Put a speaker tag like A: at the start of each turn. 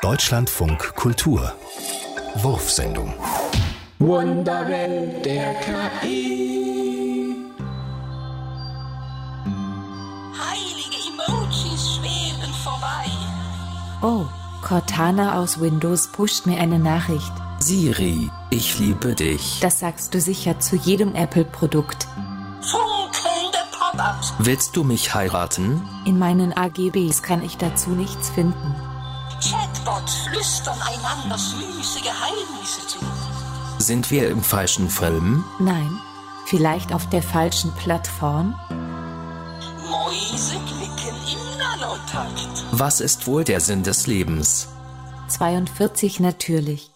A: Deutschlandfunk Kultur. Wurfsendung.
B: Wunderwelt der KI.
C: Heilige Emojis schweben vorbei.
D: Oh, Cortana aus Windows pusht mir eine Nachricht.
E: Siri, ich liebe dich.
D: Das sagst du sicher zu jedem Apple-Produkt.
C: Funkelnde Pop-ups.
E: Willst du mich heiraten?
D: In meinen AGBs kann ich dazu nichts finden.
C: Chatbots flüstern einander süße Geheimnisse zu.
E: Sind wir im falschen Film?
D: Nein, vielleicht auf der falschen Plattform?
C: Mäuse klicken im Nanotakt.
E: Was ist wohl der Sinn des Lebens?
D: 42 natürlich.